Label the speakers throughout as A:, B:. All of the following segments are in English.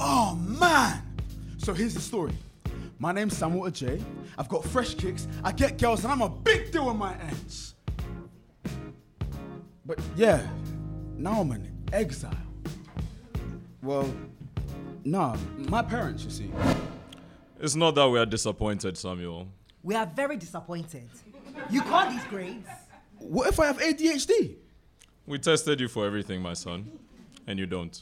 A: Oh, So here's the story. My name's Samuel Ajay. I've got fresh kicks. I get girls, and I'm a big deal in my ends. But yeah, now I'm in exile. Well, nah, my parents, you see.
B: It's not that we are disappointed, Samuel.
C: We are very disappointed. You got these grades.
A: What if I have ADHD?
B: We tested you for everything, my son, and you don't.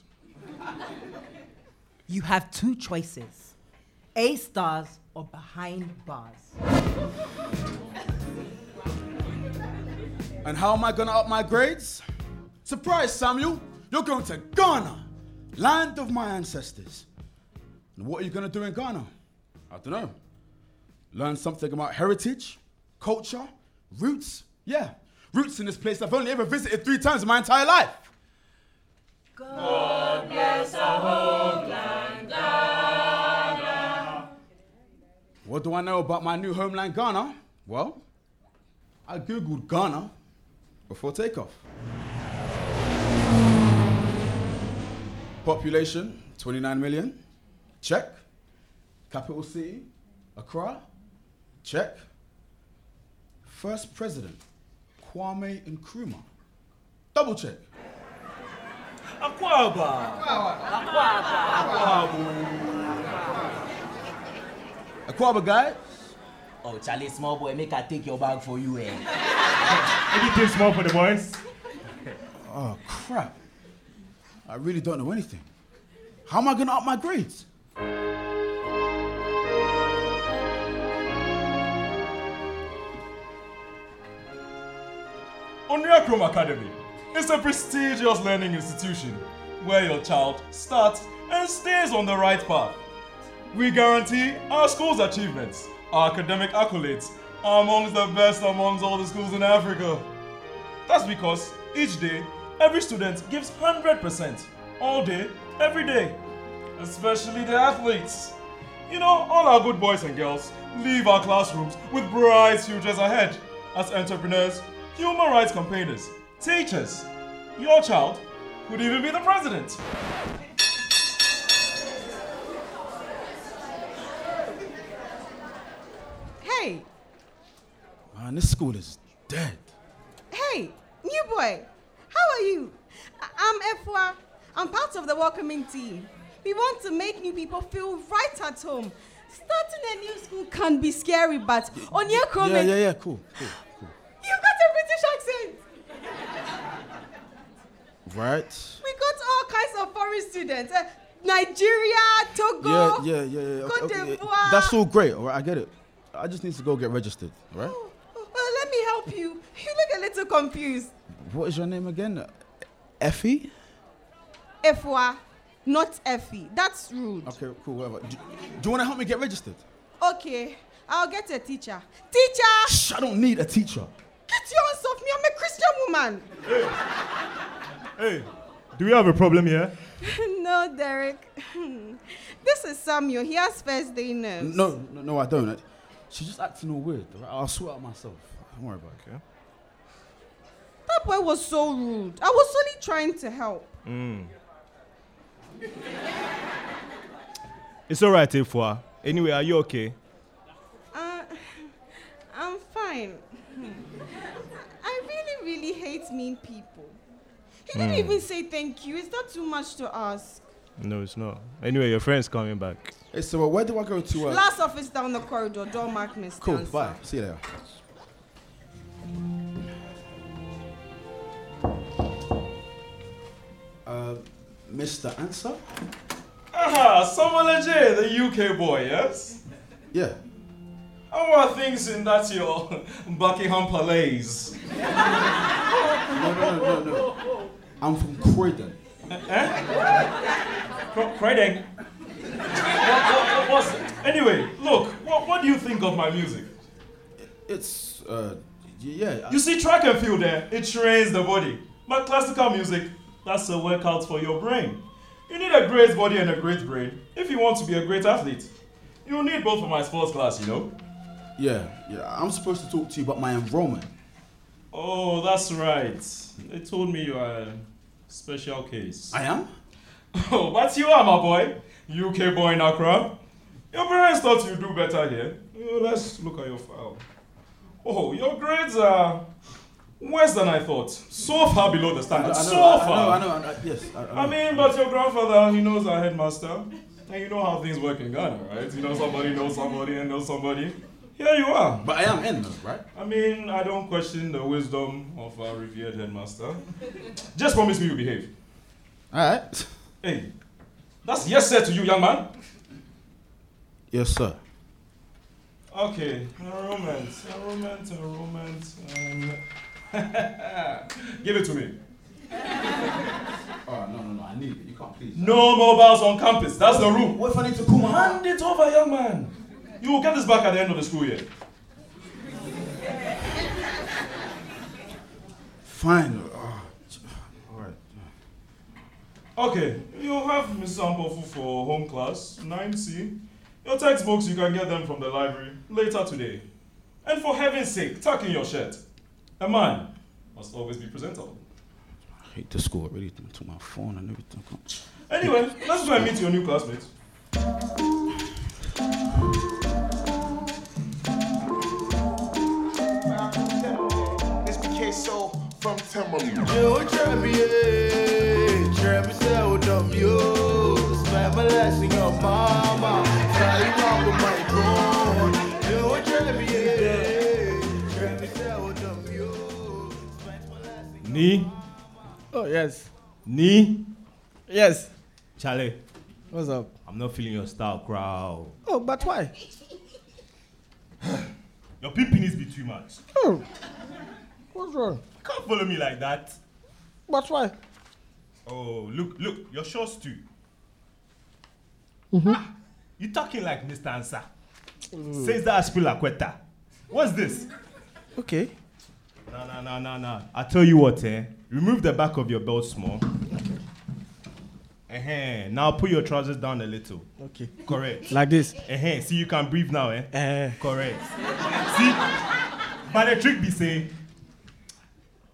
C: You have two choices A stars or behind bars.
A: And how am I gonna up my grades? Surprise, Samuel! You're going to Ghana, land of my ancestors. And what are you gonna do in Ghana? I don't know. Learn something about heritage, culture, roots. Yeah, roots in this place I've only ever visited three times in my entire life.
D: Oh,
A: God bless our homeland, Ghana. What do I know about my new homeland, Ghana? Well, I googled Ghana before takeoff. Population 29 million. Check. Capital city Accra. Check. First president Kwame Nkrumah. Double check.
E: Aquaba.
A: Aquaba guy.
D: Oh, Charlie, small boy, make I take your bag for you, eh?
E: Anything small for the boys?
A: Oh crap. I really don't know anything. How am I gonna up my grades?
B: Onyakrom Academy is a prestigious learning institution where your child starts and stays on the right path. We guarantee our school's achievements, our academic accolades, are amongst the best amongst all the schools in Africa. That's because each day, every student gives 100% all day, every day, especially the athletes. You know, all our good boys and girls leave our classrooms with bright futures ahead as entrepreneurs, human rights campaigners, teachers. Your child could even be the president.
F: Hey,
A: Man, this school is dead.
F: hey, new boy, how are you? I- I'm Efwa. I'm part of the welcoming team. We want to make new people feel right at home. Starting a new school can be scary, but on your comment,
A: Yeah, yeah, yeah, cool. cool, cool.
F: you've got a British accent.
A: Right?
F: We got all kinds of foreign students. Uh, Nigeria,
A: Yeah,
F: Togo.
A: yeah, yeah, yeah.
F: Cote
A: yeah.
F: d'Ivoire.
A: That's all great, all right? I get it. I just need to go get registered, all right?
F: Oh, well, let me help you. You look a little confused.
A: What is your name again? Effie?
F: Efwa, not Effie. That's rude.
A: Okay, cool, whatever. Do, do you want to help me get registered?
F: Okay, I'll get a teacher. Teacher,
A: Shh, I don't need a teacher.
F: get your hands off me. I'm a Christian woman.
E: Hey, do we have a problem here?
F: no, Derek. this is Samuel. He has first day nerves.
A: No, no, no, I don't. She's just acting all weird, all right? I'll swear out myself. Don't worry about it.
F: That boy was so rude. I was only trying to help.
E: Hmm. It's all right, Efua. Anyway, are you okay?
F: Uh, I'm fine. I really, really hate mean people. He didn't
A: Hmm.
F: even say thank you. Is that too much to ask?
E: No, it's not. Anyway, your friend's coming back.
A: Hey, so uh, where do I go to? Uh,
F: Last office down the corridor, door mark Miss.
A: cool,
F: Dancer.
A: bye. See you later. Uh, Mr. Answer?
B: Ah, Samuel J, the UK boy, yes?
A: Yeah.
B: How are things in that your Buckingham Palace?
A: No, no, no, no, no. I'm from Croydon.
B: Eh? Credit. what, what, what's Anyway, look, what, what do you think of my music?
A: It's, uh, y- yeah. I-
B: You see, track and field there, it trains the body. But classical music, that's a workout for your brain. You need a great body and a great brain if you want to be a great athlete. You need both for my sports class, you know?
A: Yeah, yeah. I'm supposed to talk to you about my enrollment.
B: Oh, that's right. They told me you are a special case.
A: I am?
B: Oh, but you are, my boy. UK boy in Accra. Your parents thought you'd do better here. Uh, Let's look at your file. Oh, your grades are worse than I thought. So far below the
A: I know,
B: standard.
A: I know,
B: so far.
A: I know, I know, I know, yes. I, I
B: I
A: know.
B: mean, but your grandfather, he knows our headmaster. And you know how things work in Ghana, right? You know somebody knows somebody and knows somebody. Here you are.
A: But I am in, though, right?
B: I mean, I don't question the wisdom of our revered headmaster. Just promise me you'll behave.
A: All right.
B: Hey, that's yes, sir, to you, young man.
A: Yes, sir.
B: Okay, enrollment, enrollment, enrollment. Um, give it to me.
A: Oh, no, no, no. I need it. You can't please.
B: No mobiles on campus. That's the rule.
A: What if I need to cool my hand?
B: Hand it over, young man. You will get this back at the end of the school year.
A: Fine. Oh, j- all right.
B: Okay, you have Mrs. Ampofu for home class, 9C. Your textbooks, you can get them from the library later today. And for heaven's sake, tuck in your shirt. A man must always be presentable.
A: I hate the school already. I took my phone and everything. Come-
B: Anyway, let's go and meet your new classmates.
G: This became so from Timberland. Yo, Trappy, yeah. Trappy settled up, yo. Smack my last thing up, mama. Fly you out with my drone. Yo, Trappy, yeah. Trappy settled up, yo. Smack my last thing
E: Ni,
H: Oh, yes.
E: ni,
H: Yes.
E: Charlie.
H: What's up?
E: I'm not feeling your style, crowd.
H: Oh, but why?
E: Your pimping is be too much.
H: Oh. What's wrong?
E: Can't follow me like that.
H: But why?
E: Oh, look, look, your shorts too.
H: Mm-hmm.
E: Ah, you talking like Mr. Ansa. Says that Aspilaqueta. What's this?
H: Okay.
E: No, no, no, no, no. I tell you what, eh? Remove the back of your belt small. Uh-huh. Now pull your trousers down a little.
H: Okay.
E: Correct.
H: Like this.
E: Uh-huh. See, you can breathe now, eh?
H: Eh.
E: Correct. See, but the trick be say,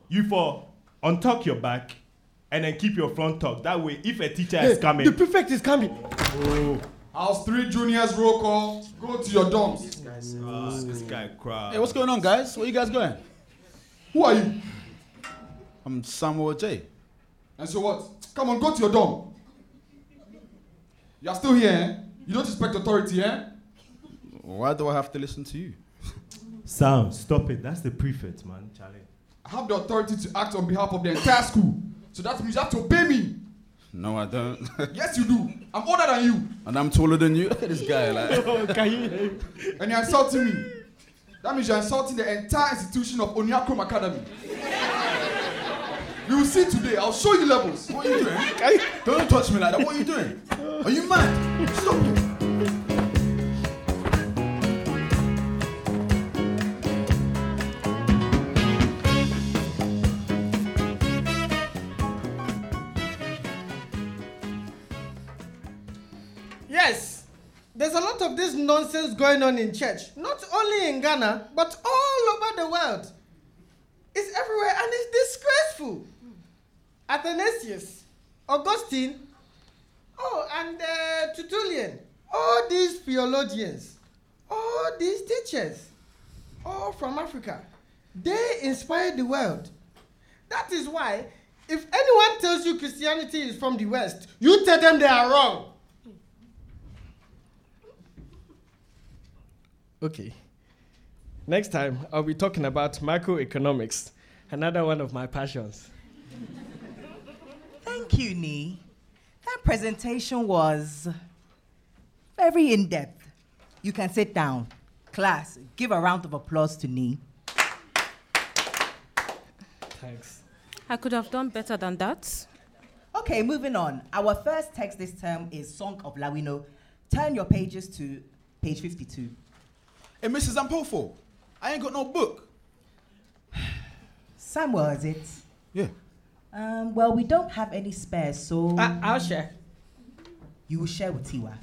E: you for untuck your back and then keep your front tucked. That way, if a teacher is coming, oh.
H: The prefect is coming.
I: House three juniors roll call. Go to your dorms.
E: Ah, this guy cry.
A: Hey, what's going on, guys? Where you guys going?
I: Who are you?
A: I'm Samuel J.
I: And so what? Come on, go to your dorm. You are still here, eh? You don't respect authority, eh?
A: Why do I have to listen to you?
E: Sam, stop it. That's the prefect, man. Charlie.
I: I have the authority to act on behalf of the entire school. So that means you have to obey me.
A: No, I don't.
I: Yes, you do. I'm older than you,
A: and I'm taller than you. Look at this guy. Like,
I: and you're insulting me. That means you're insulting the entire institution of Onyakrom Academy. You will see today. I'll show you levels.
A: what are you doing? Don't touch me like that. What are you doing? Are you mad? Stop it.
H: Yes. There's a lot of this nonsense going on in church, not only in Ghana, but all over the world. It's everywhere and it's disgraceful. Athanasius, Augustine, oh, and uh, Tertullian, all these theologians, all these teachers, all from Africa, they inspired the world. That is why, if anyone tells you Christianity is from the West, you tell them they are wrong. Okay. Next time, I'll be talking about macroeconomics, another one of my passions.
C: Thank you, Nee. That presentation was very in depth. You can sit down. Class, give a round of applause to Nee.
H: Thanks.
J: I could have done better than that.
C: Okay, moving on. Our first text this term is Song of Lawino. Turn your pages to page 52.
A: Hey, Mrs. Ampofo, I ain't got no book.
C: Samuel, is it?
A: Yeah.
C: Um, well, we don't have any spares, so
H: I- I'll share.
C: you will share with Tiwa.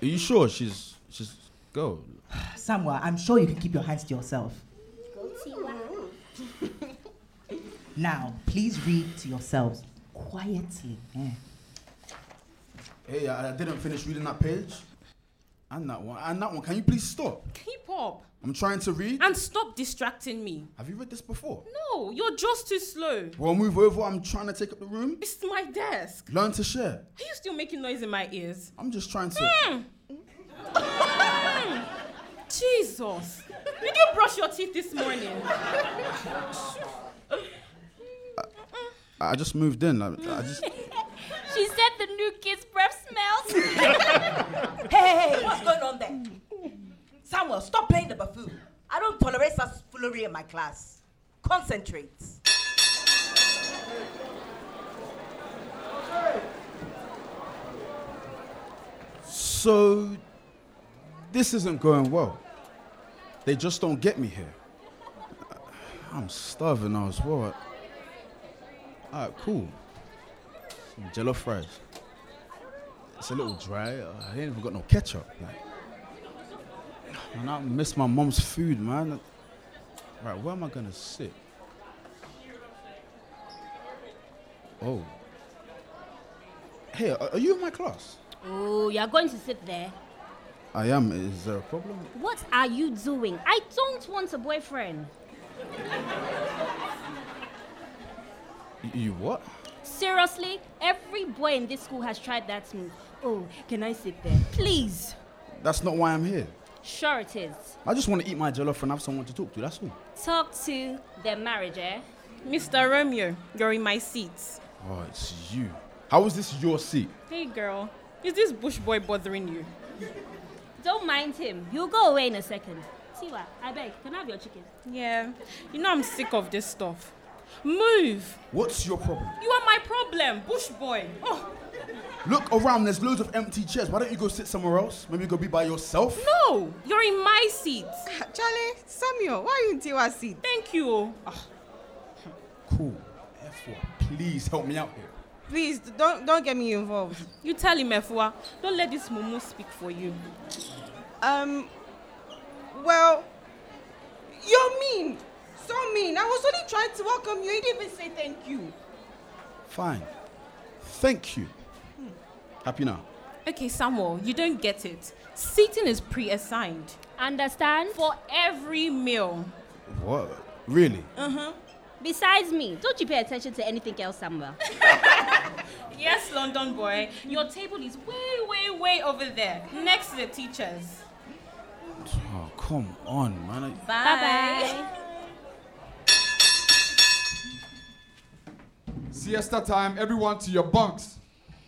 A: Are you sure she's she's girl?
C: Samuel, I'm sure you can keep your hands to yourself. Now, please read to yourselves quietly. eh?
A: Hey, I I didn't finish reading that page. And that one. And that one. Can you please stop?
J: Keep up.
A: I'm trying to read.
J: And stop distracting me.
A: Have you read this before?
J: No, you're just too slow.
A: Well, move over. I'm trying to take up the room.
J: It's my desk.
A: Learn to share.
J: Are you still making noise in my ears?
A: I'm just trying to.
J: Mm. Mm. Jesus. Did you brush your teeth this morning?
A: I just moved in. I, I just.
K: she said the new kid's breath smells. hey,
L: What's going on there? Samuel, stop playing the buffoon. I don't tolerate such foolery in my class. Concentrate.
A: So, this isn't going well. They just don't get me here. I'm starving now as well. Alright, cool. Some jello fries. It's a little dry. I ain't even got no ketchup. Like, man, I miss my mom's food, man. Alright, where am I gonna sit? Oh. Hey, are are you in my class?
K: Oh, you're going to sit there.
A: I am. Is there a problem?
K: What are you doing? I don't want a boyfriend.
A: Y- You what?
K: Seriously, every boy in this school has tried that move. Oh, can I sit there? Please.
A: That's not why I'm here.
K: Sure it is.
A: I just want to eat my jollof and have someone to talk to. That's all.
K: Talk to their marriage, eh?
J: Mr. Romeo, you're in my seat.
A: Oh, it's you. How is this your seat?
J: Hey, girl. Is this bush boy bothering you?
K: Don't mind him. He'll go away in a second. Tiwa, I beg, can I have your chicken?
J: Yeah. You know I'm sick of this stuff. Move.
A: What's your problem?
J: You are my problem, bush boy. Oh,
A: Look around. There's loads of empty chairs. Why don't you go sit somewhere else? Maybe you go be by yourself.
J: no. You're in my seat.
F: Charlie, Samuel, why are you in Tiwa's seat?
J: Thank you. Ah,
A: Cool. Therefore, please help me out here.
F: Please, don't, don't get me involved.
J: You tell him, Efua. Don't let this mumu speak for you.
F: Um, well, you're mean. So mean. I was only trying to welcome you. You didn't even say thank you.
A: Fine. Thank you. Happy now.
J: Okay, Samuel, you don't get it. Seating is pre assigned.
K: Understand?
J: For every meal.
A: What? Really?
J: Uh huh.
K: Besides me, don't you pay attention to anything else, Samuel.
J: Yes, London boy. Your table is way, way, way over there, next to the teachers.
A: Oh, come on, man.
J: Bye
A: I-
I: Siesta time. Everyone to your bunks.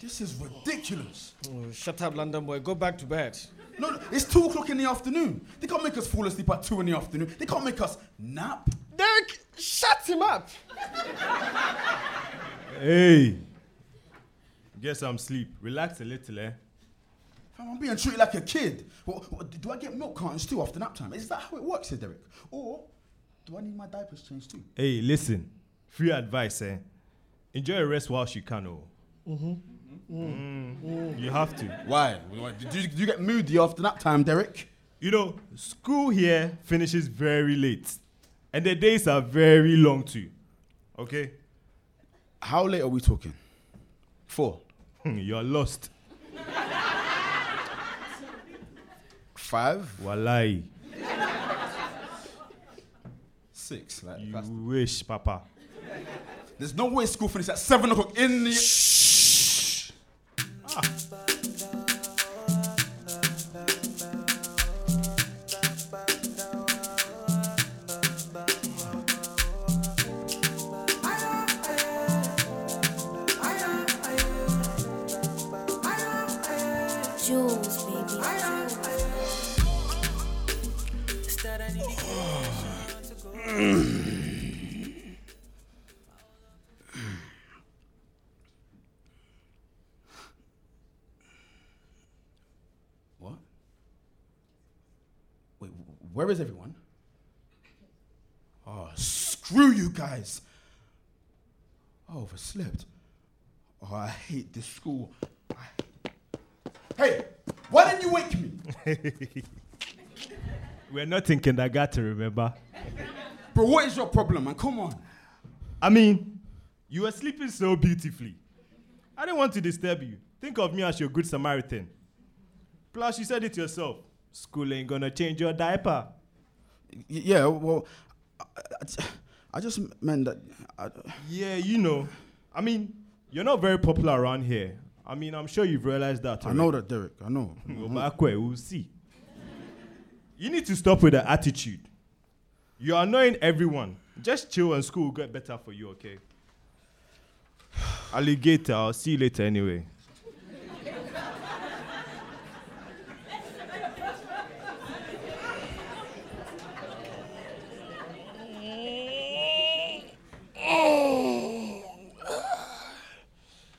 A: This is ridiculous.
M: Oh, shut up, London boy. Go back to bed.
A: No, no, it's two o'clock in the afternoon. They can't make us fall asleep at two in the afternoon. They can't make us nap.
H: Derek, shut him up.
E: Hey. Get some sleep. Relax a little, eh?
A: Fam, I'm being treated like a kid. What, what- do I get milk cartons too after nap time? Is that how it works here, Derek? Or do I need my diapers changed too?
E: Hey, listen. Free advice, eh? Enjoy a rest while she can, oh. Mm-hmm. You have to.
A: Why? Why- Do you, do you get moody after nap time, Derek?
E: You know, school here finishes very late. And the days are very long, too. Okay?
A: How late are we talking? Four.
E: Hmm, You're lost.
A: Five.
E: Walai.
A: Six. Like,
E: You wish, Papa.
A: there's no way school finishes at seven o'clock in the. Shh.
N: Jules, baby.
A: What? Wait, wh- where is everyone? Oh, screw you guys. I overslept. Oh, I hate this school. I... Hey, why didn't you wake me?
E: We're not in kindergarten, remember?
A: Bro, what is your problem, man? Come on.
E: I mean, you were sleeping so beautifully. I didn't want to disturb you. Think of me as your good Samaritan. Plus, you said it yourself. School ain't gonna change your diaper.
A: Y- yeah, well, I, I just meant that. I,
E: yeah, you know. I mean, you're not very popular around here. I mean, I'm sure you've realized that.
A: I know that, Derek. I know. Uh-huh.
E: Obakwe, we'll see. You need to stop with the attitude. You're annoying everyone. Just chill and school will get better for you, okay? Alligator, I'll see you later anyway.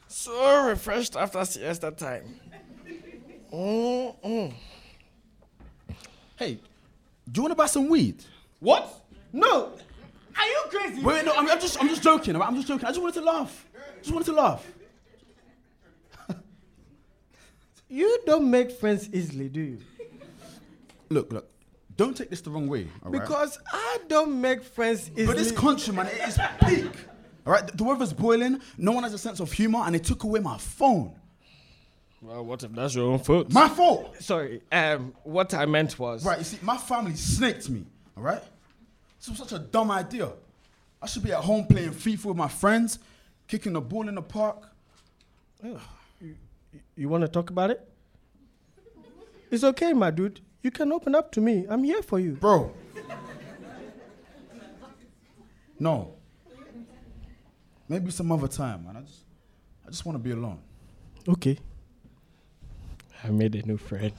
O: so refreshed after siesta time. Mm-mm.
A: Hey, do you want to buy some weed?
H: What? No. Are you crazy?
A: Wait, no, I'm, I'm just, I'm just joking. I'm just joking. I just wanted to laugh. Just wanted to laugh.
H: You don't make friends easily, do you?
A: Look, look. Don't take this the wrong way. all right?
H: Because I don't make friends easily.
A: But this country, man, it is peak. All right, the, the weather's boiling. No one has a sense of humor, and they took away my phone.
O: Well, what if that's your own fault?
A: My fault.
O: Sorry. Um, what I meant was.
A: Right, you see, my family snaked me. All right, this was such a dumb idea. I should be at home playing FIFA with my friends, kicking the ball in the park.
H: You want to talk about it? It's okay, my dude. You can open up to me. I'm here for you.
A: Bro. No. Maybe some other time, man. I just, I just want to be alone.
O: Okay. I made a new friend.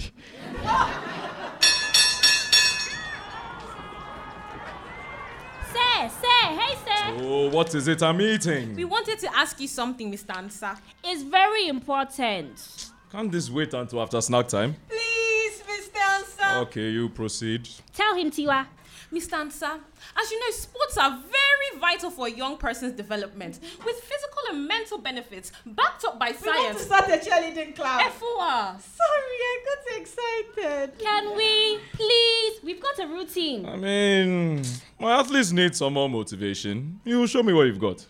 J: Sir, sir, hey, sir.
B: Oh, what is it I'm eating?
J: We wanted to ask you something, Mr. Ansa.
K: It's very important.
B: Can't this wait until after snack time?
J: Please, Mr. Ansa.
B: Okay, you proceed.
K: Tell him, Tiwa.
J: Mr. Ansa, as you know, sports are very vital for a young person's development, with physical and mental benefits backed up by
F: We want
J: science.
F: to start a cheerleading class.
J: FOR.
F: Sorry, I got excited.
K: Can we? Please, we've got a routine.
B: I mean, my athletes need some more motivation. You show me what you've got.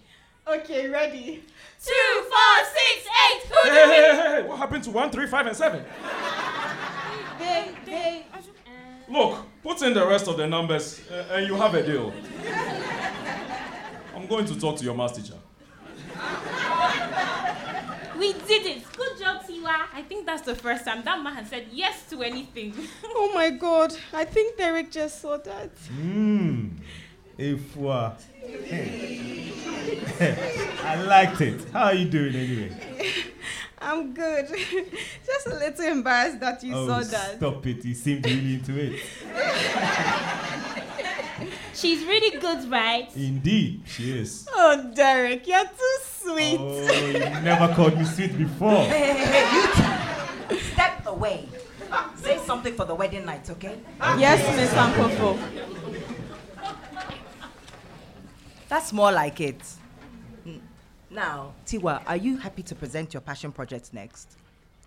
F: Okay, ready.
J: Two, four, six, eight. Who
B: Hey, hey, hey, hey, hey, what happened to one, three, five, and seven?
F: They, they.
B: Look, put in the rest of the numbers uh, and you have a deal. I'm going to talk to your math teacher.
J: We did it. Good job, Tiwa. I think that's the first time that man has said yes to anything.
F: Oh my god, I think Derek just saw that.
E: Hmm. If uh, I liked it. How are you doing anyway?
F: I'm good. just a little embarrassed that you saw that.
E: Oh, Stop it. You seemed really into it.
K: She's really good, right?
E: Indeed, she is.
F: Oh, Derek, you're too sweet.
E: Oh, you never called me sweet before.
L: Hey, hey, hey, you two, step away. Say something for the wedding night, okay?
F: Yes, Miss Ampofo.
L: That's more like it. Mm. Now, Tiwa, are you happy to present your passion project next?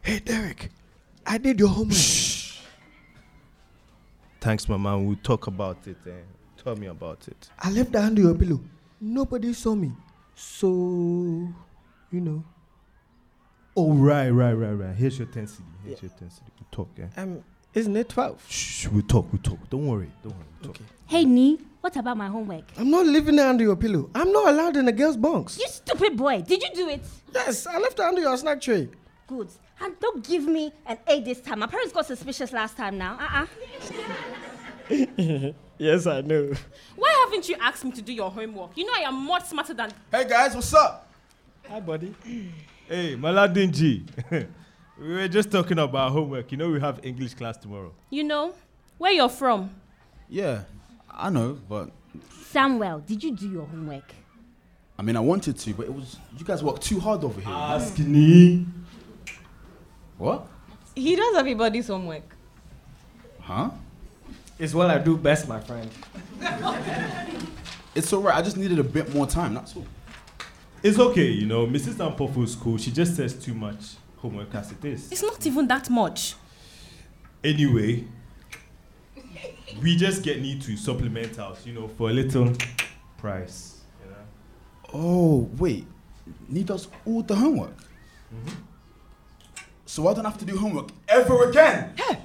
O: Hey, Derek, I did your homework.
E: Thanks, Mama. We'll talk about it. Eh? Tell me about it.
H: I left the under your pillow. Nobody saw me. So, you know.
E: Oh, right, right, right, right. Here's your 10 CD. Here's your 10 CD. We'll talk, eh?
H: Um, isn't it 12?
E: Shh, we'll talk, we'll talk. Don't worry, don't worry. We'll talk.
K: Hey, Nee, what about my homework?
H: I'm not living it under your pillow. I'm not allowed in the girls' bunks.
K: You stupid boy, did you do it?
H: Yes, I left it under your snack tray.
K: Good. And don't give me an A this time. My parents got suspicious last time now. Uh-uh.
O: yes, I know.
J: Why haven't you asked me to do your homework? You know I am much smarter than.
A: Hey guys, what's up?
O: Hi, buddy.
E: Hey, Maladin G. we were just talking about homework. You know, we have English class tomorrow.
J: You know, where you're from.
A: Yeah, I know, but
K: Samuel, did you do your homework?
A: I mean, I wanted to, but it was you guys worked too hard over here.
E: Ask me.
A: What?
F: He does everybody's homework.
A: Huh?
O: It's what I do best, my friend.
A: It's alright. I just needed a bit more time. That's all.
E: It's okay, you know. Mrs. Ampofu's cool. She just says too much homework as it is.
J: It's not even that much.
E: Anyway, we just get need to supplement out, you know, for a little price. You know? Mm-hmm.
A: Oh wait, need does all the homework. so I don't have to do homework ever again.
C: Hey,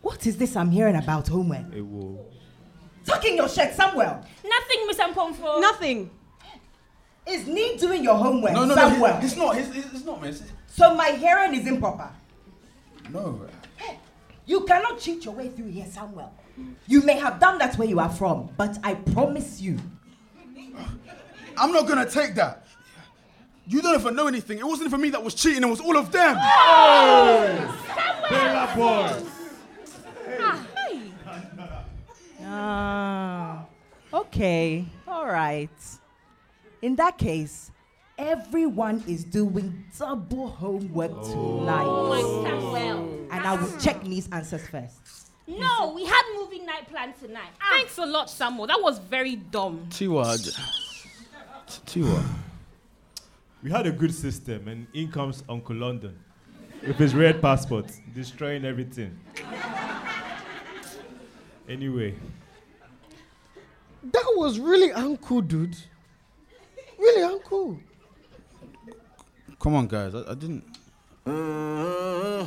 C: what is this I'm hearing about homework?
O: Hey, whoa.
C: Tucking your shirt somewhere.
K: Nothing, Miss Mpomfo.
F: Nothing.
C: Is me doing your homework
A: No, no, no.
C: somewhere?
A: It's not. It's, it's, it's not, miss.
C: So my hearing is improper.
A: No.
C: You cannot cheat your way through here somewhere. You may have done that where you are from, but I promise you.
A: I'm not gonna take that. You don't even know anything. It wasn't for me that was cheating, it was all of them.
E: Bella boy.
K: Ah, hey.
C: Ah, okay, all right. In that case, everyone is doing double homework tonight.
K: Oh, Samuel.
C: And I will check Lee's answers first.
K: No, we had movie night planned tonight. Ah.
J: Thanks a lot, Samuel. That was very dumb.
O: Tiwa. j- t- Tiwa.
E: We had a good system, and in comes Uncle London with his red passport, destroying everything. Anyway,
H: That was really uncool, dude. Really uncool.
A: Come on, guys. I, I didn't. Uh,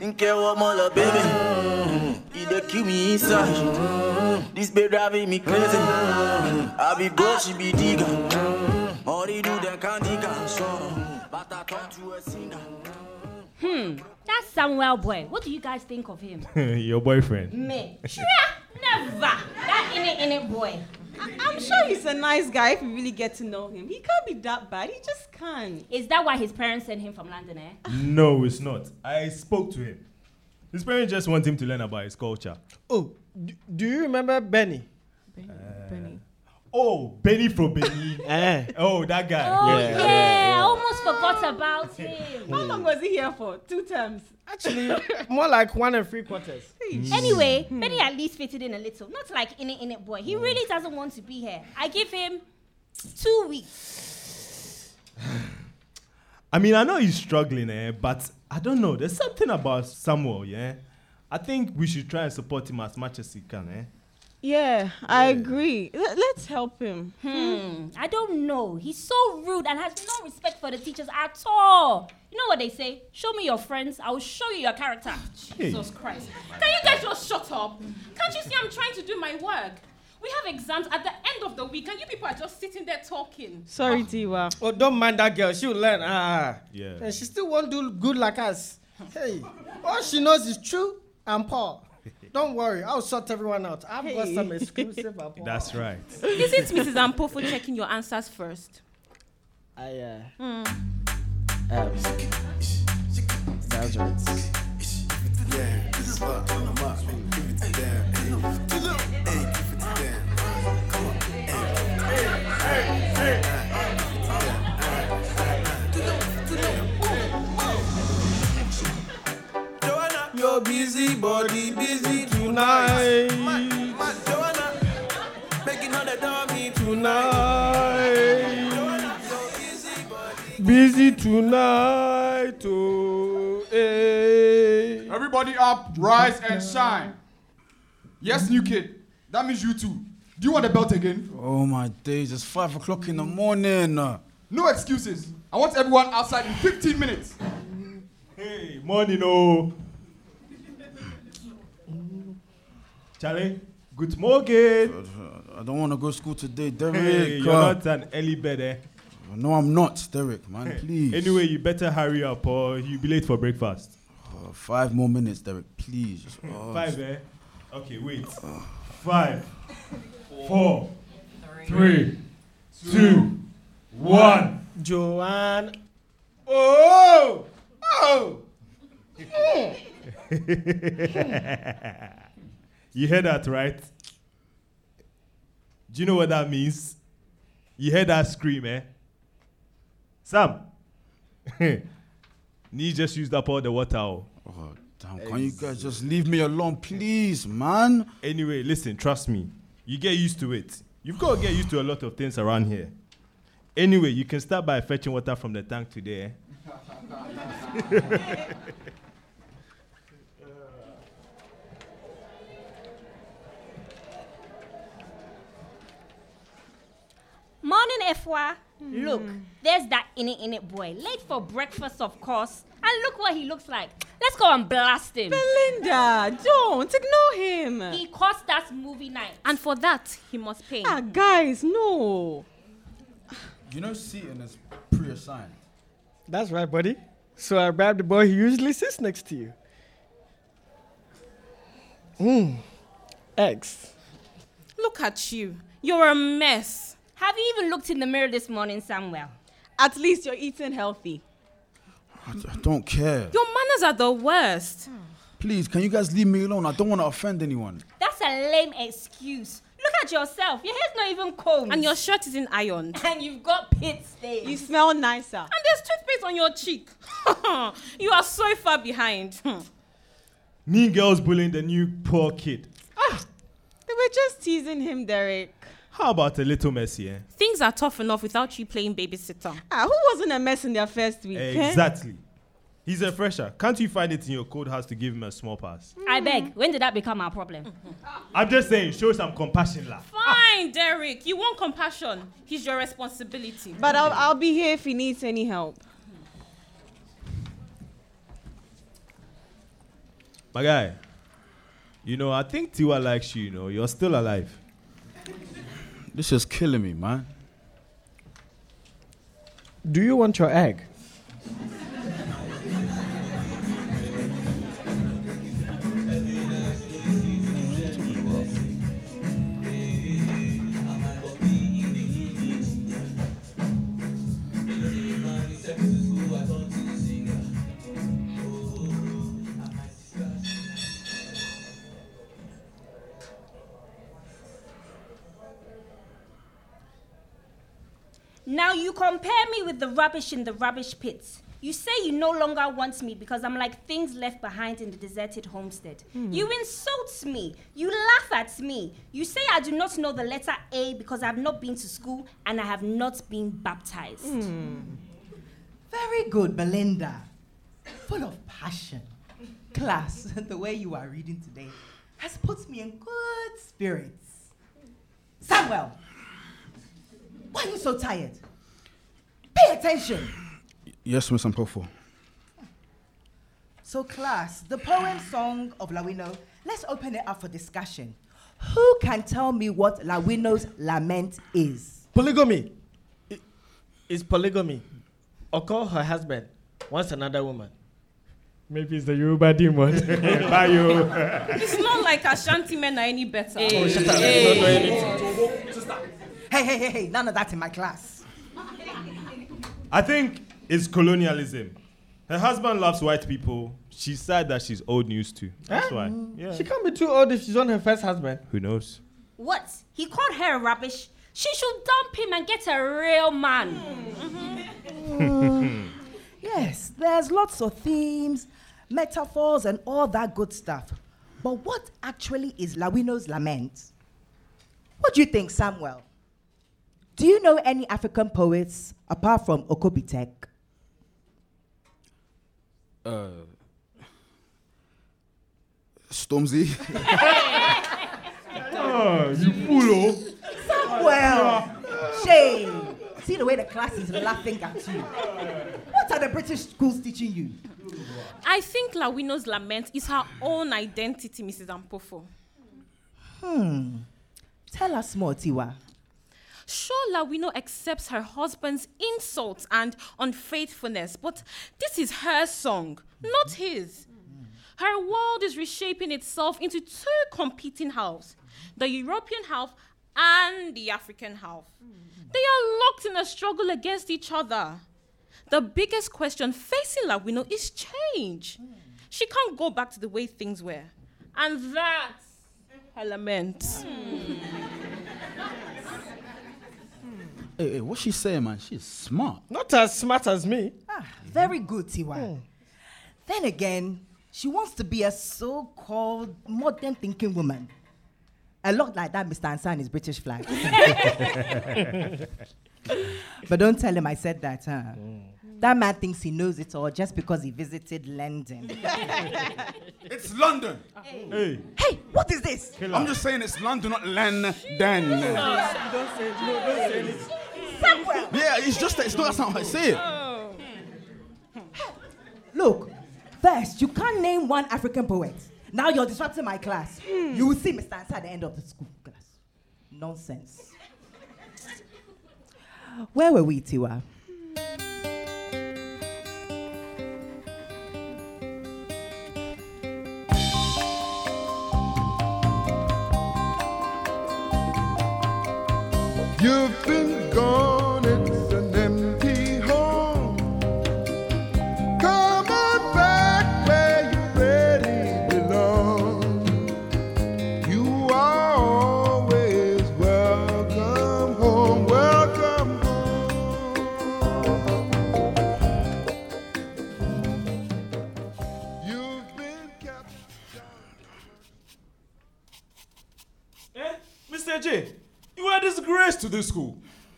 P: Nke wa mola baby, e dey kill me inside. This baby driving me crazy. I be go, she be digger. All they do, they can't dig and short. But I turn to a singer.
K: Hmm, that Samuel boy. What do you guys think of him?
E: your boyfriend.
K: Me. Sure, never. That in it, in it boy.
F: I- I'm sure he's a nice guy if you really get to know him. He can't be that bad. He just can't.
K: Is that why his parents sent him from London, eh?
E: No, it's not. I spoke to him. His parents just want him to learn about his culture.
M: Oh, do, do you remember Benny?
E: Benny. Oh, Benny from Benny. oh, that guy.
K: Oh, yeah. I almost forgot about him.
F: How long was he here for? Two terms.
M: Actually, more like one and three quarters.
K: Anyway,
J: Hmm.
K: Benny at least fitted in a little. Not like in it, in it boy. He really doesn't want to be here. I give him two weeks.
E: I mean, I know he's struggling, eh, but I don't know. There's something about Samuel, yeah. I think we should try and support him as much as he can, eh?
F: Yeah, I agree. Let- let's help him.
K: Hmm. I don't know. He's so rude and has no respect for the teachers at all. You know what they say? Show me your friends, I will show you your character.
J: Hey. Jesus Christ. Can you guys just shut up? Can't you see I'm trying to do my work? We have exams at the end of the week, and you people are just sitting there talking.
F: Sorry, Tiwa.
M: Oh, don't mind that girl. She'll learn. Ah.
E: Yeah.
H: And she still won't do good like us. Hey, all she knows is true and Paul. Don't worry, I'll sort everyone out. I've got some exclusive. about-
E: That's right.
J: Isn't Mrs. Ampo for checking your answers first?
D: I, uh,
G: é.
J: Hmm.
D: um,
O: That's right.
G: Your busy body busy tonight. Joanna, making all the dummy tonight.
I: Busy tonight, oh, hey. Everybody up, rise and shine. Yes, new kid. That means you too. Do you want the belt again?
A: Oh my days, it's five o'clock in the morning.
I: No excuses. I want everyone outside in 15 minutes.
E: Hey, morning, oh. Charlie, good morning.
A: I don't want to go to school today, Derek.
E: Hey, you're
A: uh,
E: not an early bird, eh?
A: no, I'm not, Derek, man. Please.
E: Anyway, you better hurry up or you'll be late for breakfast.
A: Uh, five more minutes, Derek, please. Just- oh,
E: Five, eh? Okay, wait. Five, four, three, two, one.
M: Joanne.
I: Oh! Oh!
E: you heard that, right? Do you know what that means? You heard that scream, eh? Sam, Nee just used up all the water. oh.
A: Damn, can you guys just leave me alone, please, man?
E: Anyway, listen, trust me. You get used to it. You've got to get used to a lot of things around here. Anyway, you can start by fetching water from the tank today. eh?
K: Morning, Efwa.
J: Hmm.
K: Look, there's that in it in it boy. Late for breakfast, of course. And look what he looks like. Let's go and blast him.
F: Belinda, don't ignore him.
K: He cost us movie night. And for that, he must pay.
F: Ah, guys, no.
A: You know, seating is pre-assigned.
M: That's right, buddy. So I grabbed the boy who usually sits next to you. Mmm. Eggs.
J: Look at you. You're a mess.
K: Have you even looked in the mirror this morning, Samuel?
F: At least you're eating healthy.
A: I, d- I don't care.
J: Your manners are the worst.
A: Please, can you guys leave me alone? I don't want to offend anyone.
K: That's a lame excuse. Look at yourself. Your hair's not even combed.
J: And your shirt isn't ironed.
K: And you've got pit stains.
F: You smell nicer.
J: And there's toothpaste on your cheek. you are so far behind.
E: Mean girls bullying the new poor kid.
F: They were just teasing him, Derek.
E: How about a little mercy, eh?
J: Things are tough enough without you playing babysitter.
F: Ah, who wasn't a mess in their first week? eh?
E: Exactly. He's a fresher. Can't you find it in your cold house to give him a small pass?
F: Mm.
K: I beg. When did that become our problem?
E: I'm just saying, show some compassion, lah.
J: Fine, Derek. You want compassion. He's your responsibility.
F: But I'll, I'll be here if he needs any help.
E: My guy, you know, I think Tiwa likes you, you know. You're still alive.
A: This is killing me, man.
M: Do you want your egg?
K: Now you compare me with the rubbish in the rubbish pits. You say you no longer want me because I'm like things left behind in the deserted homestead.
J: Hmm.
K: You insult me. You laugh at me. You say I do not know the letter A because I have not been to school and I have not been baptized. Hmm.
F: Hmm.
C: Very good, Belinda. Full of passion. Class, the way you are reading today has put me in good spirits. Samuel, why are you so tired? Pay attention.
A: Yes, Miss Ampofo.
C: So, class, the poem song of Lawino, let's open it up for discussion. Who can tell me what Lawino's lament is?
M: Polygamy. I- It's polygamy. Or call her husband once another woman. Maybe it's the Yoruba demon. Bye,
J: it's not like Ashanti men are any better.
M: Oh, shut up.
J: Hey.
M: Don't do
C: Hey, hey, hey, hey, none of that in my class.
E: I think it's colonialism. Her husband loves white people. She's sad that she's old news too. That's why. Yeah.
M: Mm. She can't be too old if she's on her first husband.
E: Who knows?
K: What? He called her rubbish. She should dump him and get a real man.
C: Yes, there's lots of themes, metaphors, and all that good stuff. But what actually is Lawino's lament? What do you think, Samuel? Do you know any African poets apart from Okobitek?
A: Uh, Stormzy.
E: Ah, you fool!
C: Samuel! Shame! See the way the class is laughing at you. What are the British schools teaching you?
J: I think Lawino's lament is her own identity, Mrs. Ampofo.
C: Hmm. Tell us more, Tiwa.
J: Sure, Lawino accepts her husband's insults and unfaithfulness, but this is her song, not his. Her world is reshaping itself into two competing halves the European half and the African half. They are locked in a struggle against each other. The biggest question facing Lawino is change. She can't go back to the way things were. And that's her lament.
A: hey, hey, what's she saying, man? She's smart.
M: Not as smart as me.
C: Ah,
M: Hmm.
C: Very good, Tiwa. Then again, she wants to be a so called modern thinking woman. A lot like that, Mr. Ansan is British flag. but don't tell him I said that, huh?
M: Hmm.
C: That man thinks he knows it all just because he visited London.
A: It's London.
E: Hey.
C: Hey, what is this?
A: I'm just saying it's London, not London.
M: Don't say, no, don't say this.
K: Samuel!
A: Yeah, it's just that it's not that's not how I say it.
C: Look, first, you can't name one African poet. Now you're disrupting my class. You will see Mr. Ansa at the end of the school class. Nonsense. Where were we, Tiwa?
Q: You've been gone, it's an empty home. Come on back where you really belong. You are always welcome home, welcome home. You've been kept.
B: Eh? Mr. J, you are a disgrace to this school.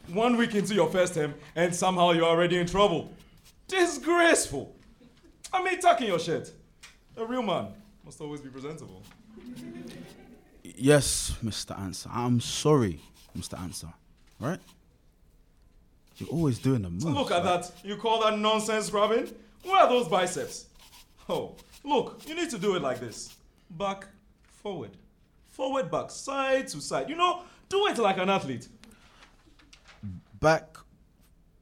B: One week into your first term, and somehow you're already in trouble. Disgraceful. I mean, tucking your shirt. A real man must always be presentable.
A: Yes, Mr. Answer. I'm sorry, Mr. Answer. Right? You're always doing the most.
B: Look at that. You call that nonsense grabbing? Where are those biceps? Oh, look, you need to do it like this back, forward, forward, back, side to side. You know, do it like an athlete.
A: Back,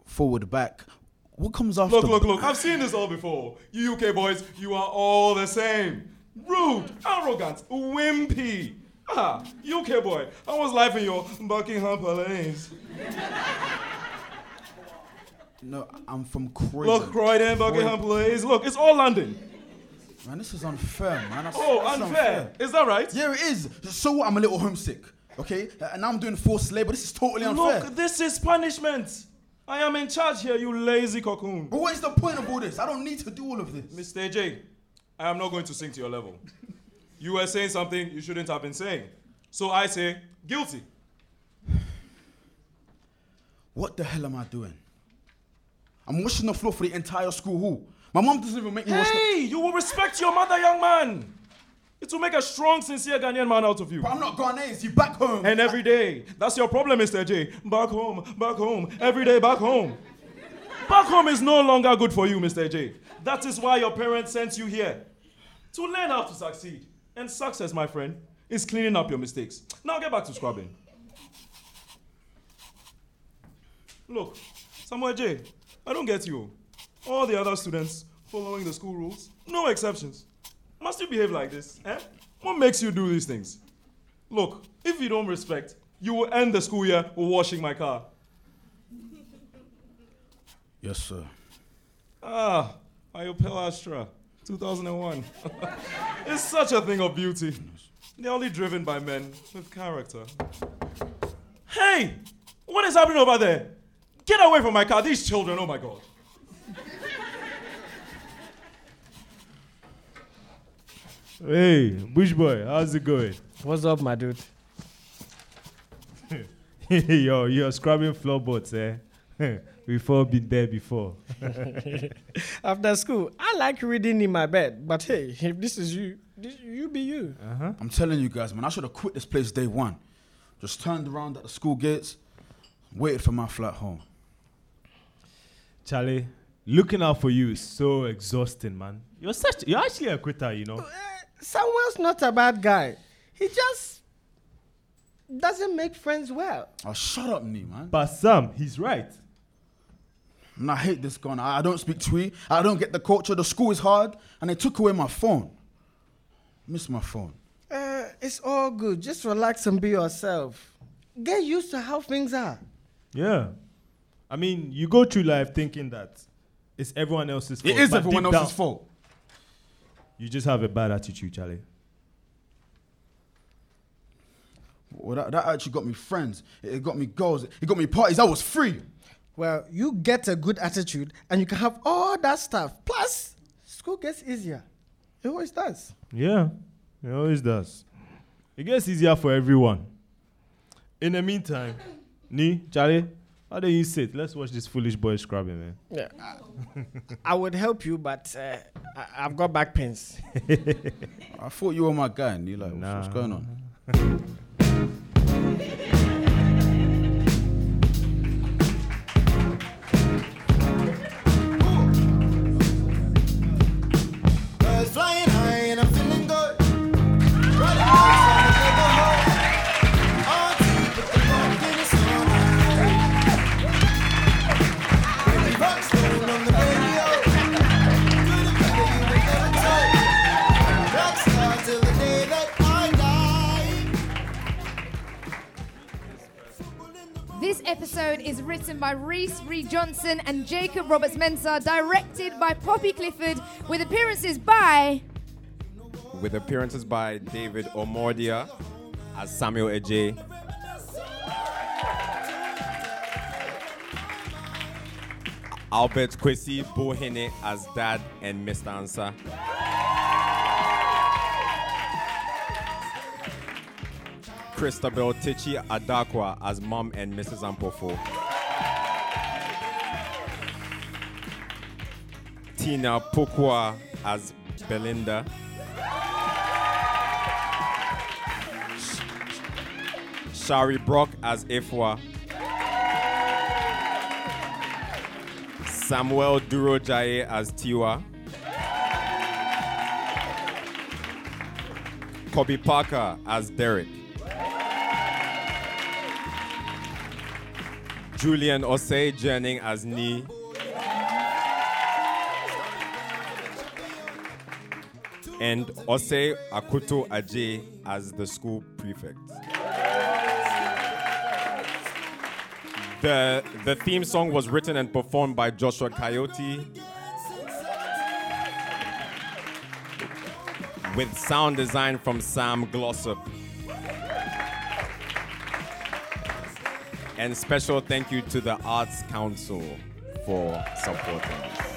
A: forward, back. What comes after?
B: Look, look, look, I've seen this all before. You UK boys, you are all the same. Rude, arrogant, wimpy. Ah, UK boy, I was live in your Buckingham Palace.
A: No, I'm from Croydon.
B: Look, Croydon, Buckingham Palace. Look, it's all London.
A: Man, this is unfair, man. That's,
B: Oh,
A: that's
B: unfair. Is that right?
A: Yeah, it is. So what? I'm a little homesick, okay? Uh, And now I'm doing forced labor. This is totally unfair.
B: Look, this is punishment. I am in charge here, you lazy cocoon.
A: But what is the point of all this? I don't need to do all of this.
B: Mr. J, I am not going to sink to your level. You were saying something you shouldn't have been saying. So I say, guilty.
A: What the hell am I doing? I'm washing the floor for the entire school hall. My mom doesn't even make me wash the
B: Hey, you will respect your mother, young man. It will make a strong, sincere Ghanaian man out of you. But
A: I'm not Ghanaian, you back home.
B: And every day. That's your problem, Mr. J. Back home, back home, every day back home. back home is no longer good for you, Mr. J. That is why your parents sent you here. To learn how to succeed. And success, my friend, is cleaning up your mistakes. Now get back to scrubbing. Look, Samuel J, I don't get you. All the other students following the school rules, no exceptions. Must you behave like this, eh? What makes you do these things? Look, if you don't respect, you will end the school year washing my car.
A: Yes, sir.
B: Ah, Ayopel Astra, 2001. it's such a thing of beauty. They're only driven by men with character. Hey! What is happening over there? Get away from my car, these children, oh my god.
E: Hey, Bush boy, how's it going? What's up, my dude? Yo, you're scrubbing floorboards, eh? We've all been there before.
M: After school, I like reading in my bed, but hey, if this is you, this, you be you.
E: Uh-huh.
A: I'm telling you guys, man, I should have quit this place day one. Just turned around at the school gates, waited for my flight home.
E: Charlie, looking out for you is so exhausting, man. You're such you're actually a quitter, you know.
H: Eh, Samuel's not a bad guy. He just doesn't make friends well.
A: Oh, shut up, me, man.
E: But Sam, he's right.
A: And I hate this gun. I I don't speak Twi. I don't get the culture. The school is hard, and they took away my phone. Miss my phone.
H: Uh, it's all good. Just relax and be yourself. Get used to how things are.
E: Yeah. I mean, you go through life thinking that it's everyone else's fault.
A: is
E: but
A: everyone
E: deep
A: else's
E: down,
A: fault.
E: You just have a bad attitude, Charlie.
A: Well, that, that actually got me friends. It, it got me goals. It got me parties. I was free.
H: Well, you get a good attitude and you can have all that stuff. Plus, school gets easier. It always does.
E: Yeah, it always does. It gets easier for everyone. In the meantime, Ni, Charlie, how do you sit? Let's watch this foolish boy scrubbing, eh? man.
M: Yeah. I would help you, but uh, I, I've got back pains.
A: I thought you were my guy, and you're like, what's, what's going on?
R: episode is written by Reese Reed Johnson and Jacob Roberts Mensah, directed by Poppy Clifford, with appearances by.
S: with appearances by David Omordia as Samuel Ejay, Albert Kwesi Bohene as Dad and Mr. Ansah, Christabel Tichi Adakwa as Mom and Mrs. Ampofo. Tina Pokwa as Belinda. Shari Brock as Ifwa. Samuel Durojaye as Tiwa. Kobe Parker as Derek. Julian Osei Jennings as Nee. And Osei Akuto Ajay as the school prefect. The, the theme song was written and performed by Joshua Coyote with sound design from Sam Glossop. And special thank you to the Arts Council for supporting us.